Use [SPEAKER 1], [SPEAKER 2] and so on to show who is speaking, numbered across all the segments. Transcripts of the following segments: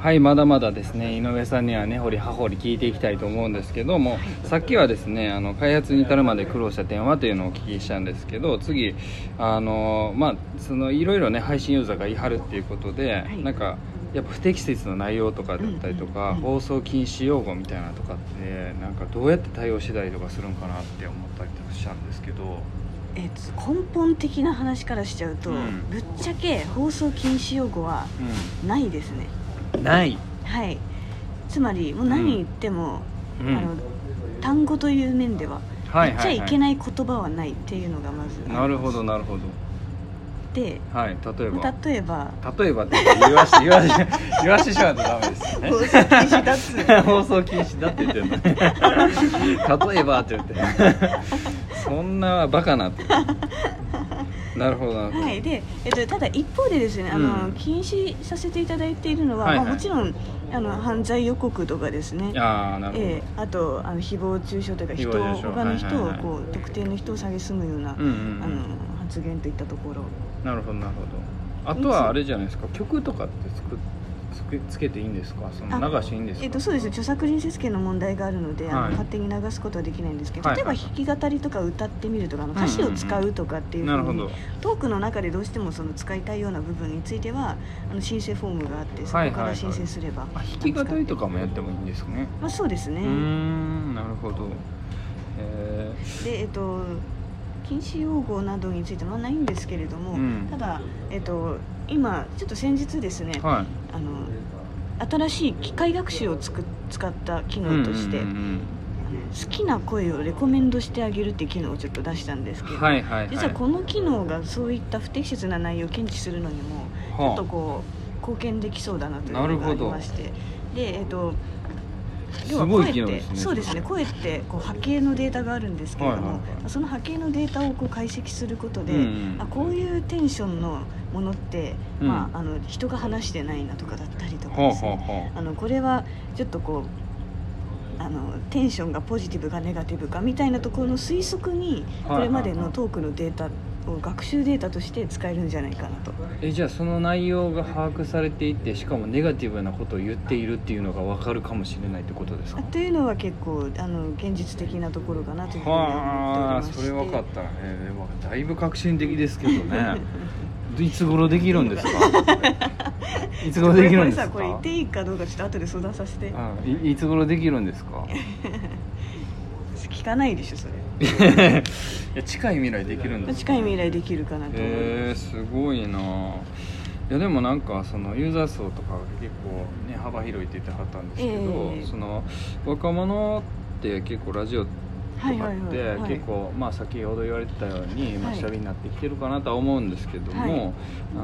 [SPEAKER 1] はいまだまだですね井上さんにはね掘り葉掘り聞いていきたいと思うんですけども、さっきはですねあの開発に至るまで苦労した点はというのをお聞きしたんですけど次あのまあそのいろいろね配信ユーザーが言い張るっていうことで、
[SPEAKER 2] い
[SPEAKER 1] なんかやっぱ不適切な内容とかだったりとか、
[SPEAKER 2] うんうんうん
[SPEAKER 1] 放送禁止用語みたいなとかってなんかどうやって対応してたりとかするんかなって思ったりとかしたんですけど
[SPEAKER 2] えっと、根本的な話からしちゃうと、
[SPEAKER 1] うん
[SPEAKER 2] ぶっちゃけ放送禁止用語はないですね
[SPEAKER 1] うんない、
[SPEAKER 2] はいつまりもう何言っても、
[SPEAKER 1] う
[SPEAKER 2] あの単語という面では
[SPEAKER 1] は
[SPEAKER 2] 言っちゃいけ
[SPEAKER 1] い
[SPEAKER 2] ない言葉はないっていうのがまずあります
[SPEAKER 1] なるほどなるほど
[SPEAKER 2] で
[SPEAKER 1] はい例えば
[SPEAKER 2] 例えば
[SPEAKER 1] 例えばって言わして言わして言わしてしまうとダメですよね
[SPEAKER 2] 放送禁止だっ つうの
[SPEAKER 1] 放送禁止だって言ってるのね例えばって言ってそんなバカなってなるほどなるほど、
[SPEAKER 2] はいでえっと、ただ一方でですねあの、
[SPEAKER 1] うん
[SPEAKER 2] 禁止させていただいているのは、
[SPEAKER 1] はいはい
[SPEAKER 2] まあ、もちろんあの犯罪予告とかですね
[SPEAKER 1] ああなるほど、
[SPEAKER 2] ええ、あとあの誹謗中傷というか
[SPEAKER 1] 誹
[SPEAKER 2] 人
[SPEAKER 1] 謗
[SPEAKER 2] を
[SPEAKER 1] 中傷
[SPEAKER 2] 他の人をこう、
[SPEAKER 1] はいはいは
[SPEAKER 2] 特定の人を蔑むような、
[SPEAKER 1] うんうん
[SPEAKER 2] あ
[SPEAKER 1] うん
[SPEAKER 2] の発言といったところ
[SPEAKER 1] なるほどなるほどあとはあれじゃないですか曲とかってつくつけつけていいんですかその
[SPEAKER 2] あ
[SPEAKER 1] 流していいんですか
[SPEAKER 2] えっと、そうですね著作人説権の問題があるので、あ
[SPEAKER 1] は
[SPEAKER 2] の
[SPEAKER 1] い
[SPEAKER 2] 勝手に流すことはできないんですけど、
[SPEAKER 1] はいはい
[SPEAKER 2] 例えば弾き語りとか歌ってみるとかあの歌詞を使うとかっていうふう
[SPEAKER 1] なる
[SPEAKER 2] に、
[SPEAKER 1] ほど
[SPEAKER 2] トークの中でどうしてもその使いたいような部分についてはあの申請フォームがあってそ
[SPEAKER 1] はい
[SPEAKER 2] こ
[SPEAKER 1] はいは
[SPEAKER 2] から
[SPEAKER 1] い
[SPEAKER 2] 申請すれば、
[SPEAKER 1] あ弾き語りとかもやってもいいんですね
[SPEAKER 2] まあ、そうですね
[SPEAKER 1] うーんなるほどえ
[SPEAKER 2] でえっと禁止用語などについてはないんですけれども、
[SPEAKER 1] うん
[SPEAKER 2] ただ、えっと、今ちょっと先日ですね
[SPEAKER 1] ー、はい
[SPEAKER 2] あの新しい機械学習をつく使った機能として、
[SPEAKER 1] うんうんうん
[SPEAKER 2] 好きな声をレコメンドしてあげるっていう機能をちょっと出したんですけ
[SPEAKER 1] うん
[SPEAKER 2] ど、
[SPEAKER 1] はいはいはい
[SPEAKER 2] 実はこの機能がそういった不適切な内容を検知するのにもちょっとこう貢献できそうだなというのがありましてでえっと要は
[SPEAKER 1] すご
[SPEAKER 2] 声
[SPEAKER 1] い
[SPEAKER 2] っ
[SPEAKER 1] 機能
[SPEAKER 2] て
[SPEAKER 1] ですね
[SPEAKER 2] そうですね声ってこう波形のデータがあるんですけれども、
[SPEAKER 1] はいはいは
[SPEAKER 2] その波形のデータをこう解析することで、
[SPEAKER 1] うんうん
[SPEAKER 2] あこういうテンションのものって、
[SPEAKER 1] うん
[SPEAKER 2] まあ、あの人が話してないなとかだったりとか
[SPEAKER 1] ほう
[SPEAKER 2] ですね、
[SPEAKER 1] ほうほう
[SPEAKER 2] あのこれはちょっとこうあのテンションがポジティブかネガティブかみたいなところの推測に
[SPEAKER 1] はいはいはい
[SPEAKER 2] これまでのトークのデータを学習データとして使えるんじゃないかなと
[SPEAKER 1] えじゃあその内容が把握されていてしかもネガティブなことを言っているっていうのが分かるかもしれないってことですか
[SPEAKER 2] というのは結構あの現実的なところかなというふうに思
[SPEAKER 1] は
[SPEAKER 2] っ
[SPEAKER 1] あ
[SPEAKER 2] て
[SPEAKER 1] そ
[SPEAKER 2] お
[SPEAKER 1] れ
[SPEAKER 2] りま
[SPEAKER 1] 分
[SPEAKER 2] して
[SPEAKER 1] かったらねでもだいぶ革新的ですけどね いつ頃できるんですかいつ頃
[SPEAKER 2] こ
[SPEAKER 1] で
[SPEAKER 2] れ
[SPEAKER 1] き
[SPEAKER 2] こ
[SPEAKER 1] るん
[SPEAKER 2] れ
[SPEAKER 1] ですか
[SPEAKER 2] さこれ言っていいかどうかちょっと後で相談させて
[SPEAKER 1] うんいいつ頃できるんです か
[SPEAKER 2] 聞かないでしょそ
[SPEAKER 1] い
[SPEAKER 2] れ
[SPEAKER 1] や近い未来できるんですか
[SPEAKER 2] 近い未来できるかなと思います、
[SPEAKER 1] へえすごいないやでもなんかそのユーザー層とかが結構ね幅広いって言ってはったんですけど、
[SPEAKER 2] ええ
[SPEAKER 1] その若者って結構ラジオとか
[SPEAKER 2] はいはい
[SPEAKER 1] っ
[SPEAKER 2] はい
[SPEAKER 1] て
[SPEAKER 2] はい
[SPEAKER 1] 結構、まあ先ほど言われてたように、まあ、
[SPEAKER 2] はい
[SPEAKER 1] 下火になってきてるかなとは思うんですけども、
[SPEAKER 2] はい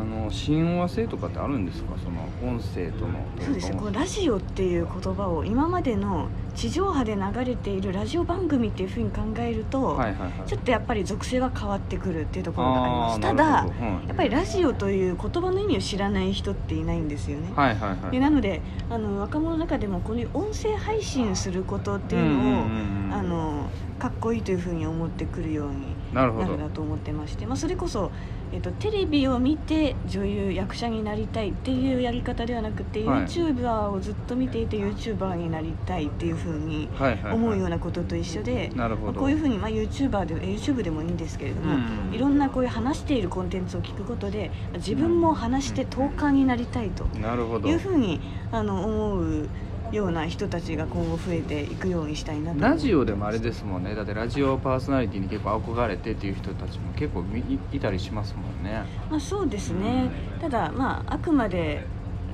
[SPEAKER 1] あの親和性とかってあるんですかその音声との
[SPEAKER 2] そうですねこ
[SPEAKER 1] れ
[SPEAKER 2] うラジオっていう言葉を今までの地上波で流れているラジオ番組っていうふうに考えると、
[SPEAKER 1] はいはいはい
[SPEAKER 2] ちょっとやっぱり属性は変わってくるっていうところがありま
[SPEAKER 1] あ
[SPEAKER 2] す
[SPEAKER 1] ー
[SPEAKER 2] ただ
[SPEAKER 1] なるほどうん
[SPEAKER 2] やっぱりラジオという言葉の意味を知らない人っていないんですよね、
[SPEAKER 1] はいはいはい
[SPEAKER 2] でなのであの若者の中でもこういう音声配信することっていうのを、
[SPEAKER 1] んんうんうん
[SPEAKER 2] あのかっこいいというふうに思ってくるように
[SPEAKER 1] なるほ
[SPEAKER 2] な
[SPEAKER 1] ど
[SPEAKER 2] るなと思ってまして、まあ、それこそ、えっとテレビを見て女優役者になりたいっていうやり方ではなくて、
[SPEAKER 1] はい
[SPEAKER 2] YouTuber をずっと見ていて YouTuber になりたいっていうふうに
[SPEAKER 1] はいはいはい
[SPEAKER 2] 思うようなことと一緒で、
[SPEAKER 1] なるほ
[SPEAKER 2] まあ
[SPEAKER 1] ど
[SPEAKER 2] こういうふうに、まあ、YouTuber でも YouTube でもいいんですけれども、
[SPEAKER 1] うん
[SPEAKER 2] いろんなこういう話しているコンテンツを聞くことでまあ自分も話して10日になりたいと
[SPEAKER 1] なるほど
[SPEAKER 2] いうふうにあの思うような人たちが今後増えていくようにしたいなと
[SPEAKER 1] ラジオでもあれですもんねだってラジオパーソナリティに結構憧れてっていう人たちも結構みいいたりしますもんね
[SPEAKER 2] まあ、そうですね、ただ、まあ、あくまで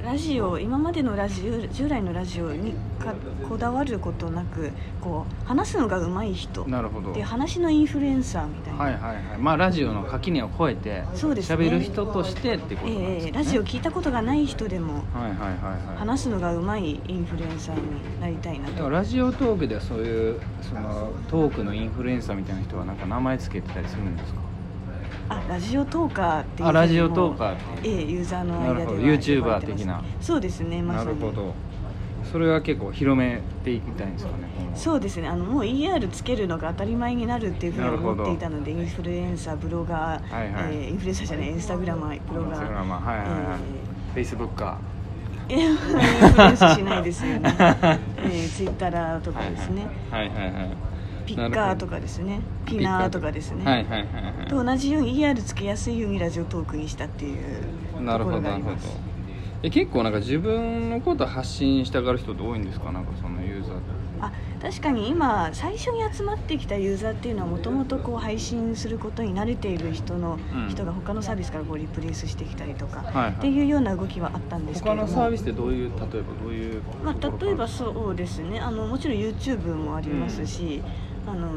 [SPEAKER 2] ラジオ今までのラジオ従来のラジオにかこだわることなくこう話すのが上手い人
[SPEAKER 1] なるほど
[SPEAKER 2] で話のインフルエンサーみたいな、
[SPEAKER 1] はいはいはいまあラジオの垣根を越えて
[SPEAKER 2] そうですね
[SPEAKER 1] 喋る人としてってことなんです
[SPEAKER 2] え
[SPEAKER 1] ね、
[SPEAKER 2] えラジオ聞いたことがない人でも
[SPEAKER 1] はいはいはいはい
[SPEAKER 2] 話すのが上手いインフルエンサーになりたいな
[SPEAKER 1] で
[SPEAKER 2] と
[SPEAKER 1] もラジオトークではそういうそのトークのインフルエンサーみたいな人はなんか名前つけてたりするんですか
[SPEAKER 2] あラジオトーカーっていう
[SPEAKER 1] あラジオトー
[SPEAKER 2] ー
[SPEAKER 1] カーって
[SPEAKER 2] ええユーザーの間で
[SPEAKER 1] な
[SPEAKER 2] は
[SPEAKER 1] るほど
[SPEAKER 2] 呼ばれてます
[SPEAKER 1] YouTuber 的な
[SPEAKER 2] そうですねま
[SPEAKER 1] な
[SPEAKER 2] さ
[SPEAKER 1] る
[SPEAKER 2] に
[SPEAKER 1] ほどそれは結構広めていきたいんですかね今後
[SPEAKER 2] そうですねあのもう ER つけるのが当たり前になるっていうふうに
[SPEAKER 1] なるほ
[SPEAKER 2] 思
[SPEAKER 1] ど
[SPEAKER 2] っていたのでインフルエンサーブロガー、
[SPEAKER 1] はいはい
[SPEAKER 2] えーインフルエンサーじゃないインスタグラマーブロ
[SPEAKER 1] インス
[SPEAKER 2] ガ
[SPEAKER 1] タグ
[SPEAKER 2] ー
[SPEAKER 1] ラマーはいはいはい、フェイスブッカー
[SPEAKER 2] いや、インフルエンスしないです よね。えー、ツイッターとかですね。
[SPEAKER 1] はいはいはい
[SPEAKER 2] ピッカーとかですね。ピナーとかですね。
[SPEAKER 1] はいはいはい
[SPEAKER 2] と
[SPEAKER 1] は
[SPEAKER 2] 同じように ER つけやすいようにラジオトークにしたっていうとこ
[SPEAKER 1] いなるほ
[SPEAKER 2] ろ
[SPEAKER 1] ど
[SPEAKER 2] が
[SPEAKER 1] な
[SPEAKER 2] あ
[SPEAKER 1] るほ
[SPEAKER 2] り
[SPEAKER 1] ど
[SPEAKER 2] ます。
[SPEAKER 1] え結構なんか自分のこと発信したがる人って多いんですかなんかそのユーザーって
[SPEAKER 2] あ確かに今最初に集まってきたユーザーっていうのはもともとこう配信することに慣れている人の、
[SPEAKER 1] うん
[SPEAKER 2] 人が他のサービスからこうリプレイスしてきたりとか、
[SPEAKER 1] はいはい
[SPEAKER 2] っていうような動きはあったんですけ
[SPEAKER 1] 他
[SPEAKER 2] れども
[SPEAKER 1] のサービスってどういう例えばどういうところ
[SPEAKER 2] ま
[SPEAKER 1] から
[SPEAKER 2] あ、例えばそうですねあのもちろん YouTube もありますし、あの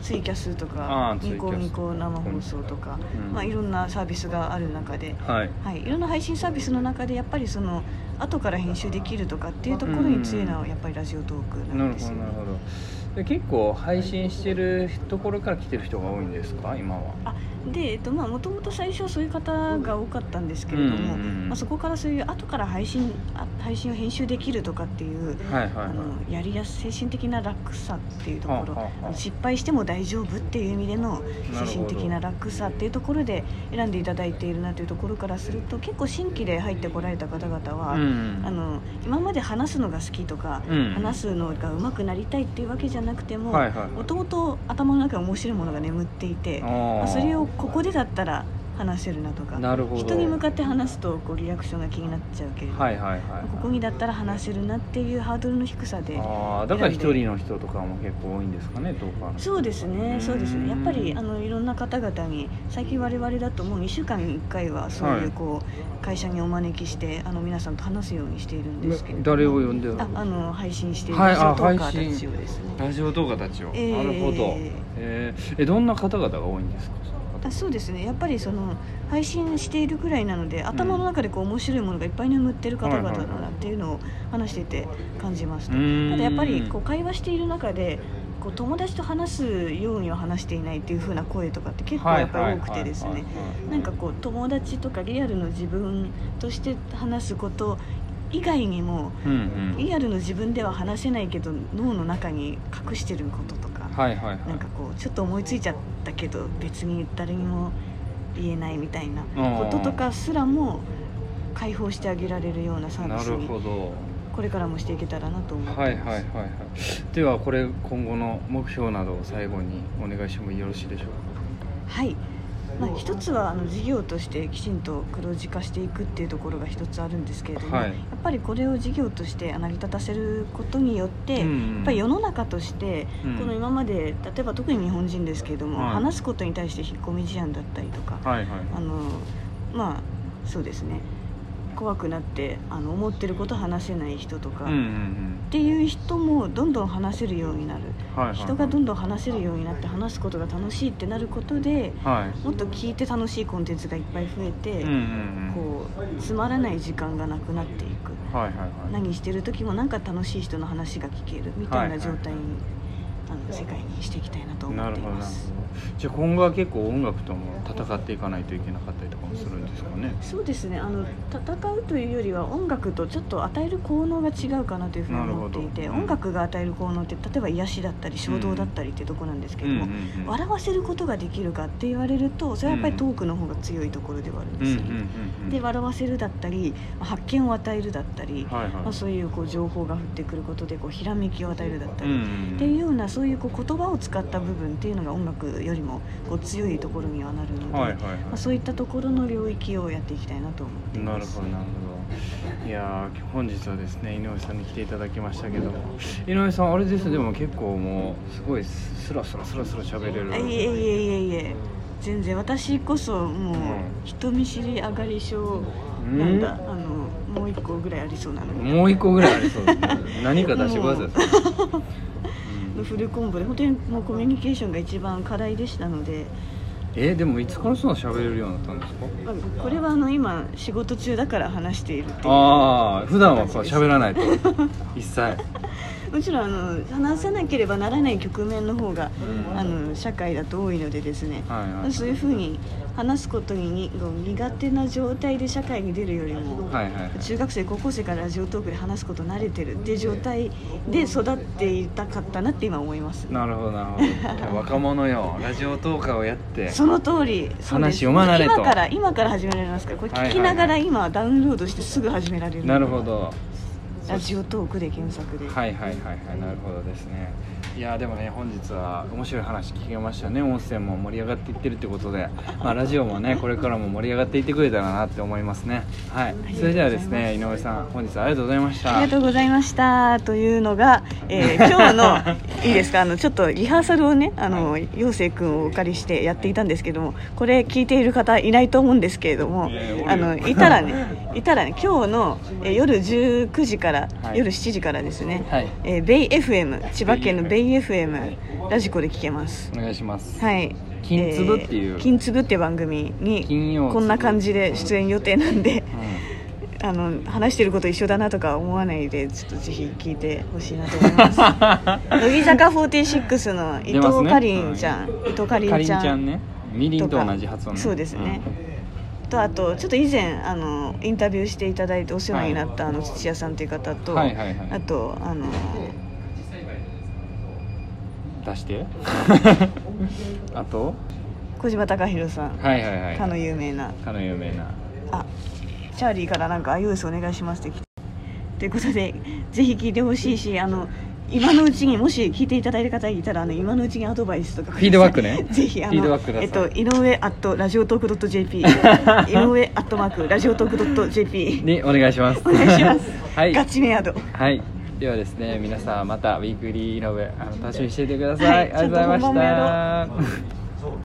[SPEAKER 2] ツイキャスと
[SPEAKER 1] あ
[SPEAKER 2] か
[SPEAKER 1] ーツイ
[SPEAKER 2] ニ
[SPEAKER 1] キャス
[SPEAKER 2] コニコ生放送とか、
[SPEAKER 1] うん
[SPEAKER 2] まあ、いろんなサービスがある中で、
[SPEAKER 1] はい
[SPEAKER 2] はい、いろんな配信サービスの中でやっぱりその後から編集できるとかっていうところに強いのはやっぱりラジオトーク
[SPEAKER 1] な
[SPEAKER 2] なん
[SPEAKER 1] る
[SPEAKER 2] で
[SPEAKER 1] ほ
[SPEAKER 2] す
[SPEAKER 1] ど
[SPEAKER 2] よ
[SPEAKER 1] な
[SPEAKER 2] ね
[SPEAKER 1] る。ほどで結構配信してるところから来てる人が多いんですか今は
[SPEAKER 2] あでえっとまあもともと最初はそういう方が多かったんですけれども、
[SPEAKER 1] うんうんうん
[SPEAKER 2] まあ、そこからそういう後から配信あ配信を編集できるとかっていう
[SPEAKER 1] はいはいは
[SPEAKER 2] あ
[SPEAKER 1] い
[SPEAKER 2] のやりやす精神的な楽さっていうところ
[SPEAKER 1] はあはあ
[SPEAKER 2] 失敗しても大丈夫っていう意味で
[SPEAKER 1] なる
[SPEAKER 2] の
[SPEAKER 1] ほど
[SPEAKER 2] 精神的な楽さっていうところで選んでいただいているなというところからすると結構新規で入ってこられた方々は、
[SPEAKER 1] うん
[SPEAKER 2] あの今まで話すのが好きとか、
[SPEAKER 1] うん
[SPEAKER 2] 話すのが上手くなりたいっていうわけじゃなくても
[SPEAKER 1] はいはいはい
[SPEAKER 2] もともと頭の中に面白いものが眠っていて
[SPEAKER 1] あー
[SPEAKER 2] まあそれをここでだったら話せるなとか
[SPEAKER 1] なるほど
[SPEAKER 2] 人に向かって話すとこうリアクションが気になっちゃうけれども、
[SPEAKER 1] はいはいはい
[SPEAKER 2] ここにだったら話せるなっていうハードルの低さで
[SPEAKER 1] ああだから一人の人とかも結構多いんですかねどうか
[SPEAKER 2] そうです
[SPEAKER 1] う
[SPEAKER 2] ね
[SPEAKER 1] ん
[SPEAKER 2] そうですねやっぱりあのいろんな方々に最近我々だともう2週間に1回はそう
[SPEAKER 1] はいいう
[SPEAKER 2] こう、会社にお招きしてあの皆さんと話すようにしているんですけれども
[SPEAKER 1] 誰を呼んでる
[SPEAKER 2] ああの配信している
[SPEAKER 1] はい
[SPEAKER 2] ラ
[SPEAKER 1] あ
[SPEAKER 2] ジオトーカ
[SPEAKER 1] 配信
[SPEAKER 2] ーたちをですね、
[SPEAKER 1] ラジオ動画たちを、
[SPEAKER 2] えー
[SPEAKER 1] なるほどえー、えどんな方々が多いんですかその方
[SPEAKER 2] あそうですねやっぱりその配信しているくらいなので頭の中でこう面白いものがいっぱい眠ってる方々だなっていうのを話していて感じました
[SPEAKER 1] うーん
[SPEAKER 2] ただやっぱりこう会話している中でこう友達と話すようには話していないっていう風な声とかって結構やっぱり多くてです
[SPEAKER 1] はい
[SPEAKER 2] ね
[SPEAKER 1] はいはいはい
[SPEAKER 2] なんかこう友達とかリアルの自分として話すこと以外にも
[SPEAKER 1] うんうん
[SPEAKER 2] リアルの自分では話せないけど脳の中に隠してることとか
[SPEAKER 1] はいはいはい
[SPEAKER 2] なんかこうちょっと思いついちゃったけど別に誰にも言えないみたいなこととかすらも解放してあげられるようなサービ
[SPEAKER 1] な
[SPEAKER 2] ス
[SPEAKER 1] る
[SPEAKER 2] に
[SPEAKER 1] ほど
[SPEAKER 2] これからもしていけたらなと思ってま
[SPEAKER 1] は
[SPEAKER 2] す、
[SPEAKER 1] いはいはいはいではこれ今後の目標などを最後にお願いしてもよろしいでしょう
[SPEAKER 2] はいまあ、一つはあの事業としてきちんと黒字化していくっていうところが一つあるんですけれども、
[SPEAKER 1] はい
[SPEAKER 2] やっぱりこれを事業として成り立たせることによって、
[SPEAKER 1] うん
[SPEAKER 2] やっぱり世の中として、
[SPEAKER 1] うん
[SPEAKER 2] この今まで例えば特に日本人ですけれども、
[SPEAKER 1] はい
[SPEAKER 2] 話すことに対して引っ込み思案だったりとか、
[SPEAKER 1] かはいはい
[SPEAKER 2] あのまあそうですね怖くなってあの思ってること話せない人とか、
[SPEAKER 1] うんうんうん
[SPEAKER 2] っていう人もどんどん話せるようになる、
[SPEAKER 1] はいはい
[SPEAKER 2] 人がどんどん話せるようになって話すことが楽しいってなることで
[SPEAKER 1] はい
[SPEAKER 2] もっと聞いて楽しいコンテンツがいっぱい増えて、
[SPEAKER 1] うんうんうん
[SPEAKER 2] こうつまらない時間がなくなっていく
[SPEAKER 1] はいはいはい
[SPEAKER 2] 何してる時もなんか楽しい人の話が聞けるみたいな状態に、あの世界にしていきたいなと思
[SPEAKER 1] な
[SPEAKER 2] っ
[SPEAKER 1] る
[SPEAKER 2] てい
[SPEAKER 1] ほどなるほ
[SPEAKER 2] ま
[SPEAKER 1] ど
[SPEAKER 2] す。
[SPEAKER 1] じゃあ今後は結構音楽とも戦っていかないといけなかったりとかもするんですかね
[SPEAKER 2] そうですねあの戦うというよりは音楽とちょっと与える効能が違うかなというふうに思ってい
[SPEAKER 1] な
[SPEAKER 2] て
[SPEAKER 1] るほど
[SPEAKER 2] 音楽が与える効能って例えば癒しだったり衝動だったりっていうところなんですけ
[SPEAKER 1] う
[SPEAKER 2] ど
[SPEAKER 1] んうん
[SPEAKER 2] も、
[SPEAKER 1] うん
[SPEAKER 2] 笑わせることができるかって言われるとそれはやっぱりトークの方が強いところではあるん
[SPEAKER 1] う
[SPEAKER 2] で
[SPEAKER 1] んう
[SPEAKER 2] す
[SPEAKER 1] ん
[SPEAKER 2] よね。
[SPEAKER 1] うん
[SPEAKER 2] で笑わせるだったり発見を与えるだったり、
[SPEAKER 1] はいはい
[SPEAKER 2] まあ、そういうこう情報が降ってくることでこうひらめきを与えるだった
[SPEAKER 1] うん
[SPEAKER 2] り、
[SPEAKER 1] うんうん
[SPEAKER 2] っていうようなそういうこう言葉を使った部分っていうのが音楽よりもこう強いところにはなるの
[SPEAKER 1] は
[SPEAKER 2] で、
[SPEAKER 1] いはいはい
[SPEAKER 2] まあ、そういったところの領域をやっていきたいなと思ってい
[SPEAKER 1] な
[SPEAKER 2] ま
[SPEAKER 1] る
[SPEAKER 2] す
[SPEAKER 1] ほどなるほどいやー本日はですね井上さんに来ていただきましたけども井上さんあれですねでも結構もうすごいスラスラスラスラ喋れる
[SPEAKER 2] あいえいえいえいえ全然私こそもう
[SPEAKER 1] うん
[SPEAKER 2] 人見知り上がり症なんだ、あのもう一個ぐらいありそうなので
[SPEAKER 1] もう一個ぐらいありそうですね何か出してくださいそれうん
[SPEAKER 2] フルコンボで本当にもうコミュニケーションが一番課題でしたので、
[SPEAKER 1] えーでもいつからそんな喋れるようになったんですか
[SPEAKER 2] まあこれはあの今仕事中だから話しているっていう
[SPEAKER 1] ああ普段はこう喋らないと 一切
[SPEAKER 2] もちろんあの話さなければならない局面の方が、
[SPEAKER 1] うん
[SPEAKER 2] あの社会だと多いのでですね、
[SPEAKER 1] はいはい
[SPEAKER 2] そういうふうに話すことに苦手な状態で社会に出るよりも、
[SPEAKER 1] はいはいはい
[SPEAKER 2] 中学生高校生からラジオトークで話すこと慣れてるっていう状態で育っていたかったなって今思います
[SPEAKER 1] なるほどなるほど
[SPEAKER 3] 若者よラジオトーカーをやって
[SPEAKER 2] その通りそうです
[SPEAKER 1] 読まなれと
[SPEAKER 2] 今から今から始められますからこれ聞きながら今ダウンロードしてすぐ始められる
[SPEAKER 1] なるほど
[SPEAKER 2] ラジオトークで検索で、
[SPEAKER 1] はいはいはいはいなるほどですねいやーでもね本日は面白い話聞けましたね温泉も盛り上がっていってるってことで、まあ、ラジオもねこれからも盛り上がっていってくれたらなって思いますねはい
[SPEAKER 2] りがとうございます
[SPEAKER 1] それではですね井上さん本日はありがとうございました
[SPEAKER 2] ありがとうございましたというのが、えー今日 のいいですかあのちょっとリハーサルをねあの陽生君をお借りしてやっていたんですけどもこれ聞いている方いないと思うんですけれども
[SPEAKER 1] いやいやおるよ
[SPEAKER 2] あのいたら ねいたらね今日の、えー夜19時から、
[SPEAKER 1] はい
[SPEAKER 2] 夜7時からですね、
[SPEAKER 1] はい
[SPEAKER 2] えーベイ FM 千葉県のベ
[SPEAKER 1] ベ
[SPEAKER 2] イ
[SPEAKER 1] イ
[SPEAKER 2] FM、
[SPEAKER 1] はい
[SPEAKER 2] ラジコで聞けます
[SPEAKER 1] お願いします
[SPEAKER 2] はい
[SPEAKER 1] 金粒っていう
[SPEAKER 2] えー金粒っていう番組に
[SPEAKER 1] 金曜粒
[SPEAKER 2] こんな感じで出演予定なんで
[SPEAKER 1] う
[SPEAKER 2] あの話してること一緒だなとか思わないでちょっとぜひ聞いてほしいなと思い ます乃木坂46の伊
[SPEAKER 1] 出ます
[SPEAKER 2] 藤
[SPEAKER 1] ね
[SPEAKER 2] かりんちゃん、
[SPEAKER 1] う
[SPEAKER 2] 伊藤か
[SPEAKER 1] ん
[SPEAKER 2] り
[SPEAKER 1] か
[SPEAKER 2] ん
[SPEAKER 1] りん
[SPEAKER 2] ち
[SPEAKER 1] ち
[SPEAKER 2] ゃん
[SPEAKER 1] ゃんねみりんと同じ発音、ね、
[SPEAKER 2] そうですね
[SPEAKER 1] うん、
[SPEAKER 2] とあとちょっと以前あのインタビューしていただいてお世話になった、あの土屋さんという方と、
[SPEAKER 1] はいはいはい
[SPEAKER 2] あとあの
[SPEAKER 1] 出して あと
[SPEAKER 2] 小島貴弘さん、
[SPEAKER 1] はいはいはい
[SPEAKER 2] かの有名な
[SPEAKER 1] かの有名な
[SPEAKER 2] あチャーリーからなんかアイウースお願いしますって来てということで ぜひ聞いてほしいしあの今のうちにもし聞いていただいた方いたらあの今のうちにアドバイスとかください
[SPEAKER 1] フィードバックね
[SPEAKER 2] ぜひあの
[SPEAKER 1] フィードバックください
[SPEAKER 2] えっと井上アットラジオトークドット JP 井上アットマークラジオトークドット JP
[SPEAKER 1] でお願いします
[SPEAKER 2] お願いします、
[SPEAKER 1] はい
[SPEAKER 2] ガチメアド
[SPEAKER 1] はい。ではですね、皆さんまたウィークリーイノベ、あの楽しみにしていてください。
[SPEAKER 2] はい
[SPEAKER 1] ありがとうございま
[SPEAKER 2] ちゃんと本番もや
[SPEAKER 1] した。